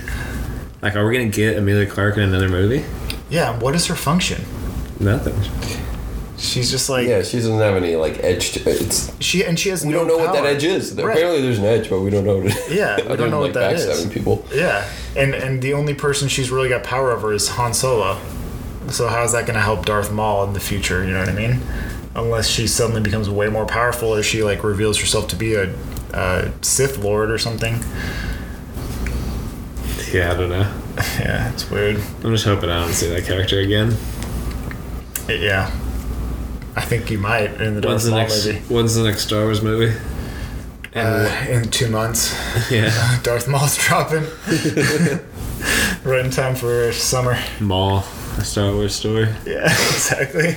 Like, are we gonna get Amelia Clark in another movie?
Yeah. and What is her function?
Nothing.
She's just like
Yeah, she doesn't have any like edge to it. It's,
she, and she has.
we
no
don't know what that
power.
edge is.
Right.
Apparently, there's an edge, but we don't know what it is.
Yeah, we
Other
don't know
than,
what that is.
backstabbing people.
Yeah, and and the only person she's really got power over is Han Solo. So how's that going to help Darth Maul in the future? You know what I mean? Unless she suddenly becomes way more powerful, or she like reveals herself to be a, a Sith Lord or something.
Yeah, I don't know.
Yeah, it's weird.
I'm just hoping I don't see that character again.
It- yeah, I think you might in the Darth
When's the
Maul
next?
movie.
When's the next Star Wars movie? And
Uh, in two months,
yeah,
Darth Maul's dropping. right in time for summer.
Maul, a Star Wars story.
Yeah, exactly.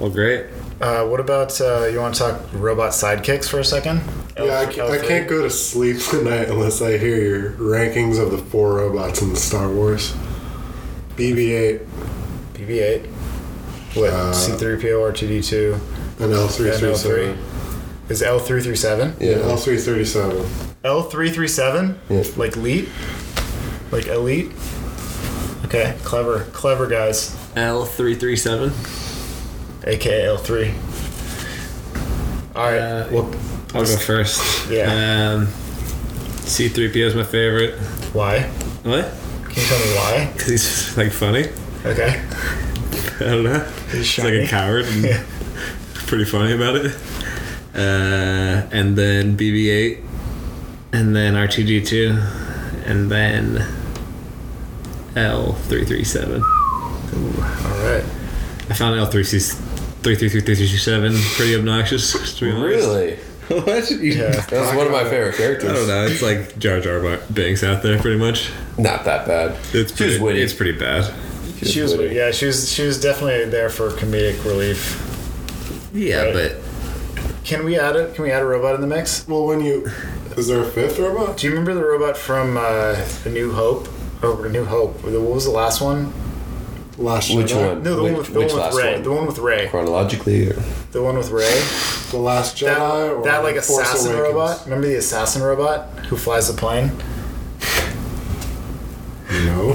Well, great.
Uh, what about uh, you want to talk robot sidekicks for a second?
Yeah, I, ca- I can't go to sleep tonight unless I hear your rankings of the four robots in Star Wars. BB-8
BB-8. What?
Uh,
C-3PO, R2-D2,
and L337.
L3. Is L337?
Yeah,
Yeah.
L337.
L337?
Yeah.
Like elite? Like elite? Okay, clever, clever guys.
L three three seven.
AKA L3. All right.
Uh,
well,
I'll go first.
Yeah.
Um, C3PO is my favorite.
why?
What?
Can you tell me why?
Because he's like funny.
Okay.
I don't know.
He's
He's like a
shiny.
coward. And
Yeah.
Pretty funny about it. Uh, and then BB-8, and then R2D2, and then L337.
All right.
I found L33337 pretty obnoxious. To be honest.
Really?
what?
Yeah.
That's one of my favorite characters.
I don't know. It's like Jar Jar Bar- Binks out there, pretty much.
Not that bad.
It's
She was
pretty,
witty.
It's pretty bad.
She was, yeah, she was, she was definitely there for comedic relief.
Yeah,
Right.
but
Can we add it? Can we add a robot in the mix?
Well, when you... Is there a fifth robot?
Do you remember the robot from uh, The New Hope? Oh, A New Hope. What was the last one?
Last
Which
Jedi?
one?
No, the one
Which-
with the
which
one with
last
Ray.
one?
The one with Ray.
Chronologically, or
The one with Ray.
The Last Jedi?
That,
or
that like
Force
assassin
Awakens?
robot. Remember the assassin robot who flies the plane?
No.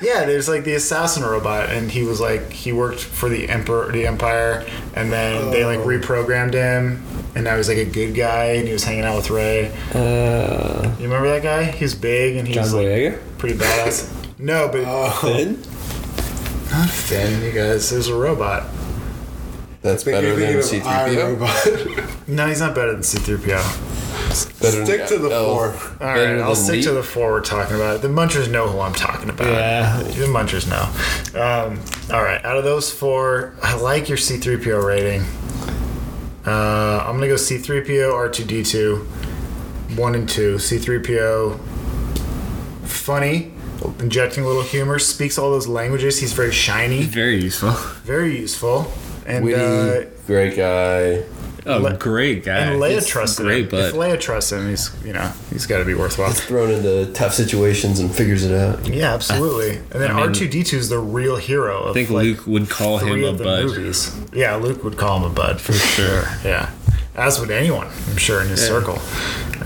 Yeah, there's like the assassin robot, and he was like he worked for the emperor, the empire, and then they like
Oh.
reprogrammed him, and now he's like a good guy, and he was hanging out with Ray.
uh,
You remember that guy? He was big and he was like
Boyega.
pretty badass. No, but
Oh.
not Finn. You guys, there's a robot.
that's
Think
better
you're
than
thinking of
C3PO.
iRobot.
No, he's not better than C-3PO.
Better
Stick to the
L-
four.
All
Better
right, I'll
than
stick to
Leap?
the four we're talking about. The Munchers know who I'm talking about.
Yeah.
The Munchers know. Um, all right, out of those four, I like your C3PO rating. Uh, I'm going to go C3PO, R2D2, 1 and 2. C3PO, funny, injecting a little humor, speaks all those languages. He's very shiny,
Very useful.
very useful. And
Witty,
uh,
great guy.
Oh,
Le-
great guy.
and Leia
It's
trusts
great,
him.
but
If Leia trusts him, he's you know he's got to be worthwhile.
Thrown into tough situations and figures it out.
Yeah, absolutely. And then R two D two is the real hero. Of
I think
like,
Luke would call him
three
a
of the
bud.
movies. Yeah, Luke would call him a bud for sure. yeah, as would anyone, I'm sure, in his circle.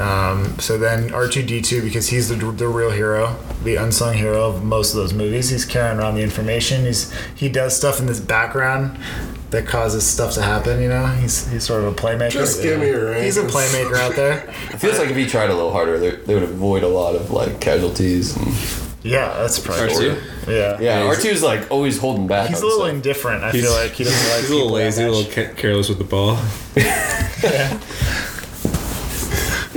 Um, so then R two D two because he's the, the real hero, the unsung hero of most of those movies. He's carrying around the information. He's he does stuff in this background that causes stuff to happen. You know, he's he's sort of a playmaker.
Just give me your
He's a
rankings.
playmaker out there.
It feels like if he tried a little harder, they, they would avoid a lot of like casualties. And,
Yeah, that's probably
R2?
yeah.
yeah, R two's like always holding back.
He's a
on
little
stuff.
indifferent. I feel like he doesn't like
He's a little
people that
lazy, a
much.
little ca- careless with the ball.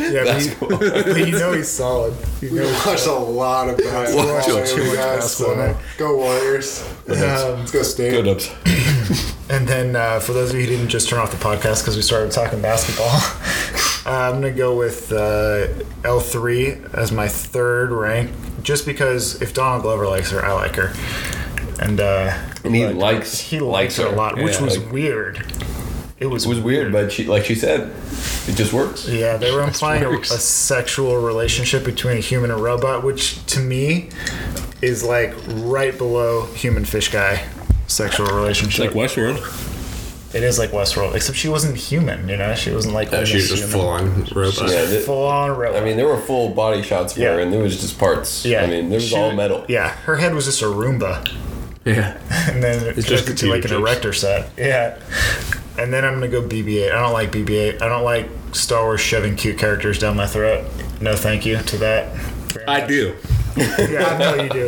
Yeah,
That's
but, you, but you know he's solid. You
We
know
watched a lot of basketball.
Watch
over
it.
the last,
Basketball,
uh,
man.
Go Warriors.
Um,
Let's go State.
Go Dubs.
And then uh, for those of you who didn't just turn off the podcast because we started talking basketball, uh, I'm going to go with uh, L3 as my third rank, just because if Donald Glover likes her, I like her. And uh,
And he likes
he likes her a lot, which
Yeah,
was
like-
weird. It was,
It was weird, but she, like she said, it just works.
Yeah, they were implying a, a sexual relationship between a human and a robot, which to me is like right below human fish guy sexual relationship.
Like Westworld.
It is like Westworld, except she wasn't human. You know, she wasn't like
Uh, she
almost
was just
human.
full on robot.
Yeah, th-
full on robot.
I mean, there were full body shots for
Yeah.
her, and there was just parts.
yeah,
I mean, there was
She-
all metal.
Yeah, her head was just a Roomba,
Yeah.
and then it
It's just
connected to like an
computer
erector set. Yeah, and then I'm gonna go BB-8. I don't like BB-8. I don't like Star Wars shoving cute characters down my throat. No, thank you to that. Very
I
much.
do.
Yeah, I know you do.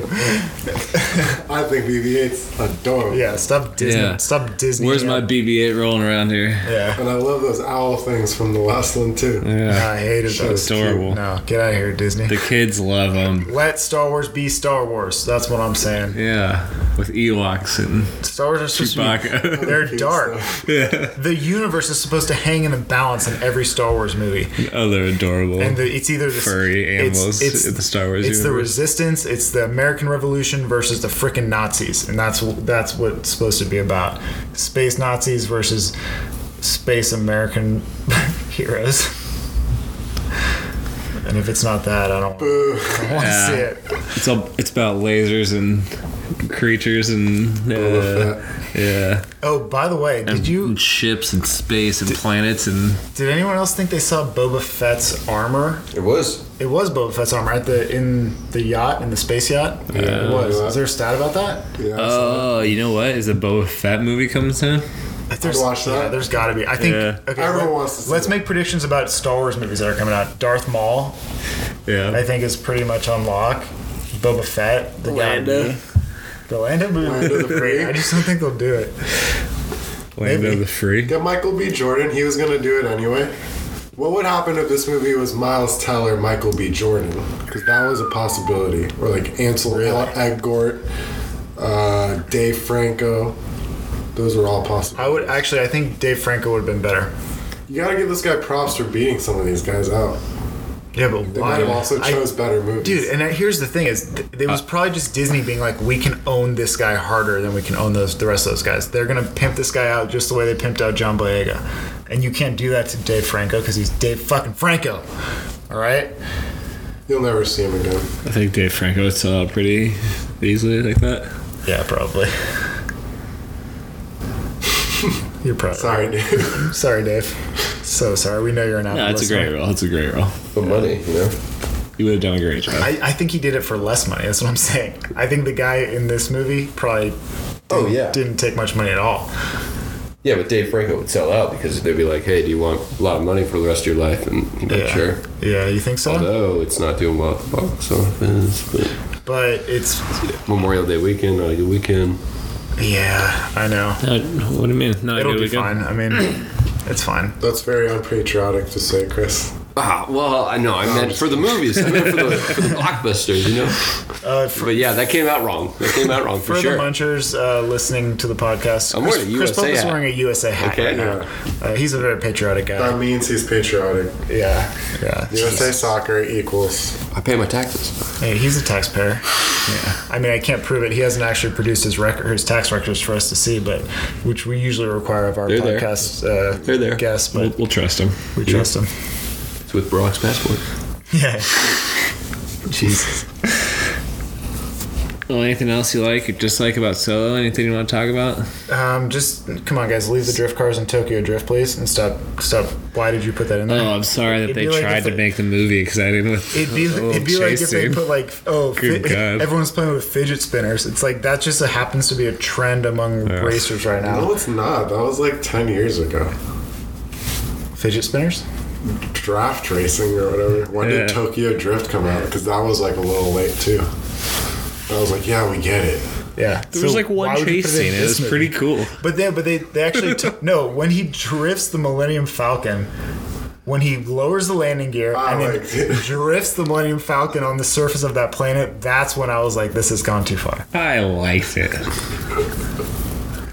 I think BB-8's adorable.
Yeah, stop Disney.
Yeah.
Stop Disney.
Where's my BB-8 rolling around here?
Yeah,
And I love those owl things from the last one too.
Yeah,
I hated those.
adorable.
No, get out of here, Disney.
The kids love them.
Let Star Wars be Star Wars. That's what I'm saying.
Yeah, with Ewoks and
Star Wars are supposed to be.
Chewbacca.
They're
Cute
dark.
stuff.
The universe is supposed to hang in a balance in every Star Wars movie.
oh, they're adorable.
And the, it's either the
Furry
it's-
animals
it's,
in the Star Wars
It's the
universe.
resistance. It's the American Revolution versus the frickin' Nazis, and that's wh- that's what it's supposed to be about: space Nazis versus space American heroes. And if it's not that, I don't, I don't want to
Yeah.
see it.
It's all, it's about lasers and creatures and uh, yeah,
Oh, by the way, did you?
and ships and space and planets and
Did anyone else think they saw Boba Fett's armor?
It was.
It was Boba Fett's armor at the in the yacht in the space yacht. it was. Is there a stat about that?
Yeah, so
oh, you know what? Is a Boba Fett movie coming soon?
If there's,
I'd watch that.
yeah, there's got to be. I think.
Yeah.
Okay,
Everyone
let,
wants to see
Let's
that.
make predictions about Star Wars movies that are coming out. Darth Maul, I
Yeah,
think, is pretty much on lock. Boba Fett, the Lando. The Lando movie.
Lando the Free.
I just don't think they'll do it.
Land
maybe.
of the Free.
Get Michael B. Jordan. He was gonna do it anyway. What would happen if this movie was Miles Teller, Michael B. Jordan? Because that was a possibility. Or like Ansel Elgort, uh, Dave Franco. Those were all possible.
I would actually. I think Dave Franco would have been better.
You gotta give this guy props for beating some of these guys out.
Yeah, but
They
why?
might have also
I-
chose better movies.
Dude, and that- here's the thing: is th- it
Uh.
was probably just Disney being like, "We can own this guy harder than we can own those the rest of those guys. They're gonna pimp this guy out just the way they pimped out John Boyega, and you can't do that to Dave Franco because he's Dave fucking Franco. All right,
You'll never see him again.
I think Dave Franco would sell out pretty easily like that.
yeah, probably. you're probably
Sorry, dude.
sorry, Dave. So sorry. We know you're an.
No,
No,
it's a great role. It's a great role.
The money, you know?
You would have done a great job.
I, I think he did it for less money. That's what I'm saying. I think the guy in this movie probably
Oh, yeah.
didn't take much money at all.
Yeah, but Dave Franco.
It would sell out because they'd be like, hey, do you want a lot of money for the rest of your life? And he'd be like,
Yeah.
sure.
Yeah, you think so?
Although it's not doing well at the box office, but
But it's
Memorial Day weekend, not a good weekend.
yeah, I know.
No, Uh, what do you mean? Not
It'll
good
be
weekend?
fine. I mean, it's fine.
That's very unpatriotic to say, Chris.
Ah, well, I know. I meant for the movies. I meant for the, for the blockbusters, you know?
Uh, for
But yeah, that came out wrong. That came out wrong for,
for
sure.
the munchers uh, listening to the podcast,
I'm
Chris,
wearing a
Chris
USA
Pope is
hat.
wearing a USA hat.
Okay. Um,
right now. Uh, he's a very patriotic guy.
That means he's patriotic.
yeah, yeah.
USA soccer equals.
I pay my taxes.
Hey, he's a taxpayer. Yeah. I mean, I can't prove it. He hasn't actually produced his record, his tax records for us to see, but which we usually require of our
They're there.
podcast uh,
They're there.
guests.
We'll,
But
we'll trust him.
we trust him.
It's with Barack's passport.
Yeah. Jesus.
Well, Oh, anything else you like or dislike about Solo? Anything you want to talk about?
Um, just come on, guys. Leave the drift cars in Tokyo Drift, please, and stop. Stop. Why did you put that in there?
Uh,
Oh, I'm sorry that
It'd
they
be like
tried
if
to
they-
make the movie exciting with
It'd be,
oh,
it'd be like if they
chasing.
put like oh
Good
fi-
God.
everyone's playing with fidget spinners. It's like that just happens to be a trend among racers right now.
No, it's not. That was like 10 years ago.
Fidget spinners?
Draft racing or whatever. When did
Yeah.
Tokyo Drift come out? Because that was like a little late too. I was like, yeah, we get it.
Yeah.
There was like one chase scene. It was pretty cool.
But then, but they they actually took no when he drifts the Millennium Falcon. when he lowers the landing gear
I
and
liked it.
then drifts the Millennium Falcon on the surface of that planet, that's when I was like, this has gone too far.
I liked it.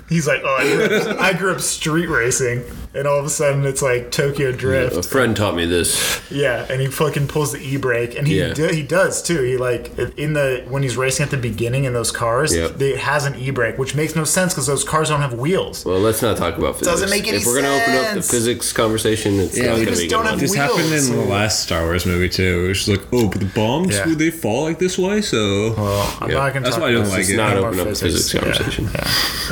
He's like, oh, I grew up, I grew up street racing. And all of a sudden, it's like Tokyo Drift.
A friend taught me this.
Yeah, and he fucking pulls the e brake, and he
Yeah.
do, he does too. He like in the when he's racing at the beginning in those cars,
Yep.
they, it has an e brake, which makes no sense because those cars don't have wheels.
Well, let's not talk about physics.
Doesn't make any
If we're gonna open up the
sense.
physics conversation, it's
Yeah,
not
we
gonna
just
be a
don't
good
have
one.
This happened
Wheels.
in the last Star Wars movie too. It was like, oh, but the bombs
Yeah.
well, they fall like this way, so
Well, I'm
Yeah,
not gonna.
that's
talk
why I don't
about
like
Let's
it.
not
No more
open up the
physics.
physics
Yeah.
conversation.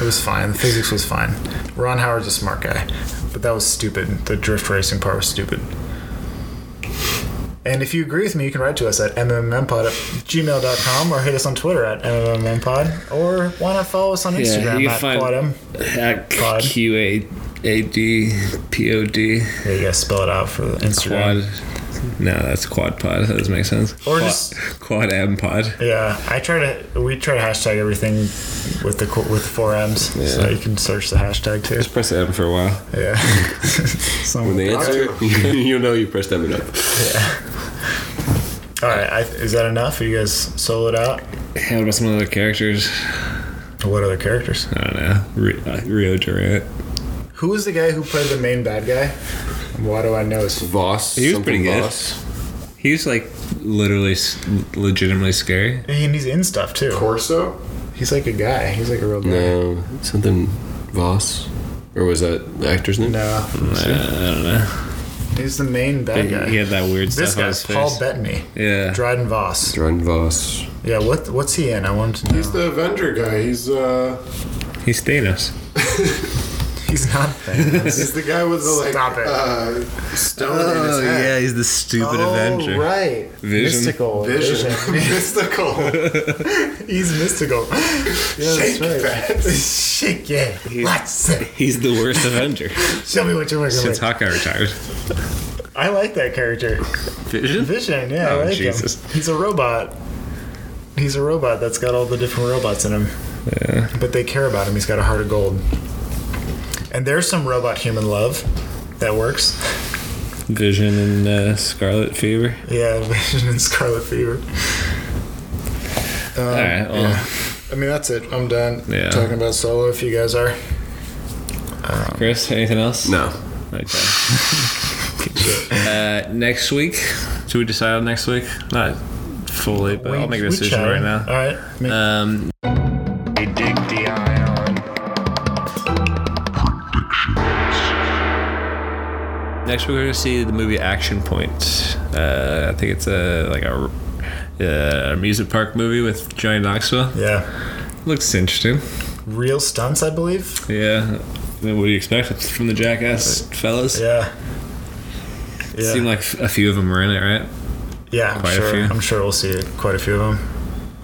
It was fine. The physics was fine. Ron Howard's a smart guy, but that was stupid. The drift racing part was stupid. And if you agree with me, you can write to us at mmmpod at gmail.com or hit us on Twitter at mmmpod or why not follow us on Instagram
you can
at
find-
quadm.
at
Pod.
Q A A D P O D
Yeah, you gotta spell it out for the Instagram.
quad. No, that's quad pod. That doesn't make sense.
Or
quad,
just-
quad M pod.
Yeah, I try to. We try to hashtag everything with the co- with four M's, so you can search the hashtag too.
Just press M for a while.
Yeah.
When
Some,
they answer, you know you pressed them enough.
all right, I, is that enough? Are you guys soloed out?
Hey, what about some other characters?
What other characters?
I don't know. Ri- uh, Rio Durant.
Who was the guy who played the main bad guy? Why do I know his?
Voss.
He was
something
pretty good.
Voss.
He was like literally, s- legitimately scary.
And he's in stuff too.
Corso?
He's like a guy. He's like a real guy.
No, something Voss, or was that the actor's name?
No,
I don't know.
he's the main bad guy.
He had that weird
This
stuff on his
guy's
face.
Paul Bettany,
yeah.
Dryden Voss.
Dron Voss.
Yeah, what what's he in? I wanted to know.
He's the Avenger guy. He's uh
He's Thanos.
He's not. Thanos.
he's the guy with the like
Stop it.
uh stone in his head.
Oh, he's the stupid
Oh, right.
Vision.
Mystical.
Vision.
Vision.
Mystical.
He's mystical. Yeah,
Shake that.
Shake yeah. What's it?
He's the worst Avenger
Show me what you're working
since
with.
Hawkeye retired.
I like that character.
Vision?
Vision, yeah,
Oh,
I like
Jesus.
him. He's a robot. He's a robot that's got all the different robots in him.
Yeah.
But they care about him. He's got a heart of gold. And there's some robot human love that works.
Vision and uh, Scarlet Fever.
Yeah, Vision and Scarlet Fever. Um,
All right. Well,
yeah. I mean, that's it. I'm done
Yeah.
talking about solo if you guys are.
Chris, anything else?
No.
Okay. uh, next week, should we decide on next week? Not fully, but I'll make a
We
decision
chatted.
right now.
All right. Make-
Um, Next, we're going to see the movie Action Point. Uh, I think it's a like a uh, amusement park movie with Johnny Knoxville.
yeah.
Looks interesting.
Real stunts, I believe.
Yeah. I mean, What do you expect from the Jackass fellas?
Yeah. Yeah.
Seemed like a few of them were in it, right?
yeah, I'm
quite a
sure.
few.
I'm sure we'll see quite a few of them.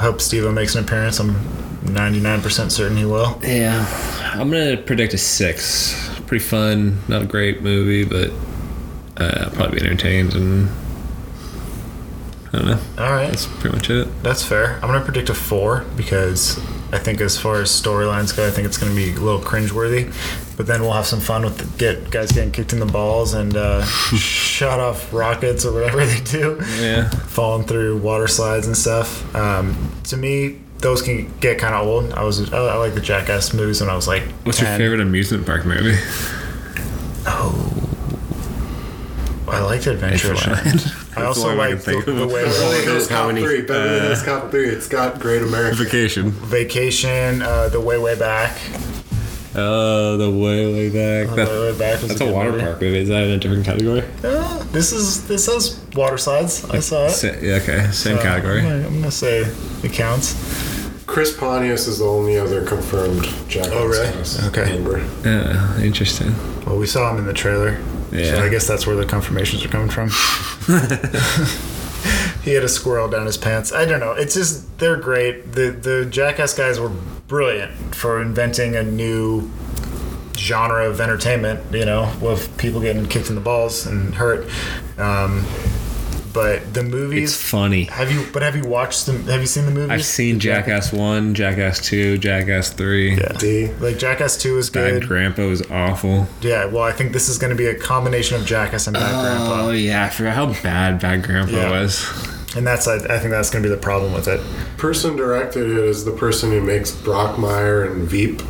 I hope Steve makes an appearance. I'm 99% certain he will.
Yeah. I'm going to predict a six. Pretty fun, not a great movie, but uh, I'll probably be entertained and. I don't know.
All right.
That's pretty much it.
That's fair. I'm going to predict a four because I think, as far as storylines go, I think it's going to be a little cringeworthy. But then we'll have some fun with the get guys getting kicked in the balls and uh, shot off rockets or whatever they do.
Yeah.
falling through water slides and stuff. Um, to me, those can get kind of old. I was I, I like the Jackass movies when I was like.
What's
10.
your favorite amusement park movie?
Oh, I liked Adventure Adventureland. I also
only one I
like
can
the,
think of.
the way
Beverly
Wally
Hills Cop 3. Beverly
uh,
Hills Cop 3. It's got great America.
Vacation.
Vacation, uh, the way way back.
Oh, the way, way back.
Oh, The
That-
way way back was
that's
a,
a
good
water
movie.
park movie. Is that in a different category?
Uh, this is this has water slides. I saw it.
Sa- yeah, okay. Same
Uh,
category.
I'm gonna, I'm gonna say it counts.
Chris Pontius is the only other confirmed Jack.
Oh, really? Okay.
Member.
Yeah, Oh, interesting.
Well, we saw him in the trailer.
Yeah.
So I guess that's where the confirmations are coming from. he had a squirrel down his pants. I don't know. It's just they're great. The the Jackass guys were brilliant for inventing a new genre of entertainment. You know, with people getting kicked in the balls and hurt. Um, but the movies.
It's funny.
have you? But have you watched them? Have you seen the movies?
I've seen Jackass One, Jackass Two, Jackass Three.
Yeah.
D.
Like Jackass Two is
Bad
good.
Grandpa was awful.
Yeah. Well, I think this is going to be a combination of Jackass and Bad
Oh
Grandpa,
yeah, I forgot how bad Bad Grandpa
Yeah.
was.
and that's I, I think that's going to be the problem with it.
Person directed it is the person who makes Brockmire and Veep.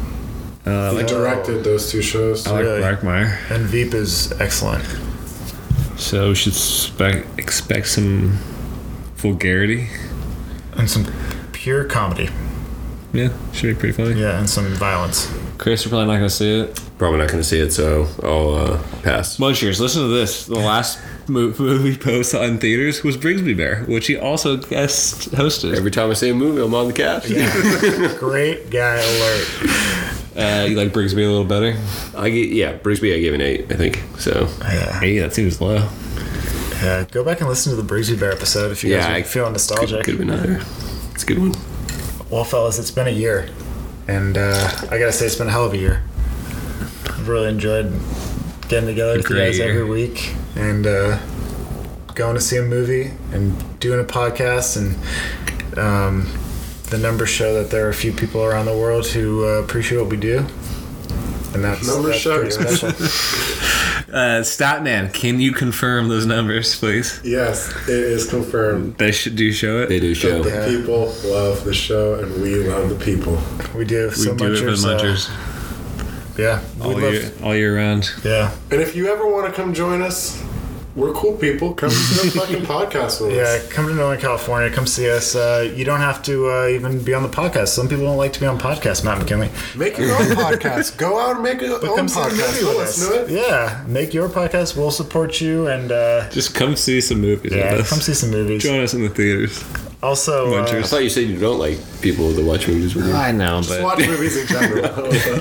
Uh, I
He
like,
directed those two shows.
I like
Oh, Really?
Blackmire.
And Veep is excellent.
So we should expect expect some vulgarity.
and some pure comedy.
Yeah, should be pretty funny.
Yeah, and some violence.
Chris, you're probably not gonna see it.
Probably not going to see it, so I'll uh, pass.
Munchers, listen to this. The last mo- movie post on theaters was Brigsby Bear, which he also guest hosted.
Every time I see a movie, I'm on the couch.
Great guy alert.
Uh, you like Brigsby a little better?
I get, yeah, Brigsby, I gave an eight, I think. So
Yeah,
Hey, that seems low.
yeah. Go back and listen to the Breezy Bear episode if you
Yeah, I
guys are feeling nostalgic.
could, could have been higher. It's a good one.
Well, fellas, it's been a year, and uh, I gotta say it's been a hell of a year. I've really enjoyed getting together with you
great
guys
year.
every week and uh, going to see a movie and doing a podcast and. Um, the numbers show that there are a few people around the world who uh, appreciate what we do, and that's,
Numbers
that's
show.
pretty special.
Uh, Statman, can you confirm those numbers, please?
Yes, it is confirmed.
They should do show it.
They do show.
The people love the show, and we love the people.
We do.
We
so
do it for the
munchers, uh,
Munchers
yeah, we
all year,
love.
all year round.
Yeah,
And if you ever want to come join us, we're cool people. Come to the fucking podcast with
yeah.
us.
Come to Northern California. Come see us. Uh, you don't have to uh, even be on the podcast. Some people don't like to be on podcasts. Matt McKinley,
Make your own podcast. Go out and make your
but
own
come see the
podcast.
movie
We'll
with
listen
us.
to it.
Yeah, make your podcast. We'll support you and uh,
Just come see some movies
yeah,
with us.
come see some movies.
Join us in the theaters.
Also, uh,
I thought you said you don't like people that watch movies with you.
I know,
Just watch movies in general.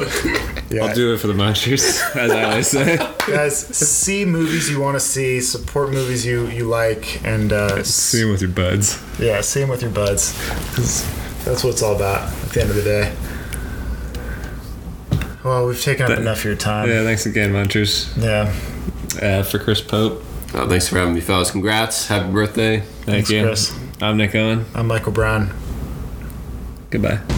yeah,
I'll do it for the Munchers, as I always say.
guys, see movies you want to see. Support movies you you like, and uh,
See him with your buds.
yeah, see 'em with your buds. 'Cause That's what it's all about at the end of the day. Well, we've taken up enough of your time.
Yeah, thanks again, Munchers.
Yeah.
Uh, for Chris Pope,
Oh, thanks for having me, fellas. Congrats. Happy birthday.
thank
Thanks,
you.
Chris.
I'm Nick Owen.
I'm Michael Brown.
Goodbye.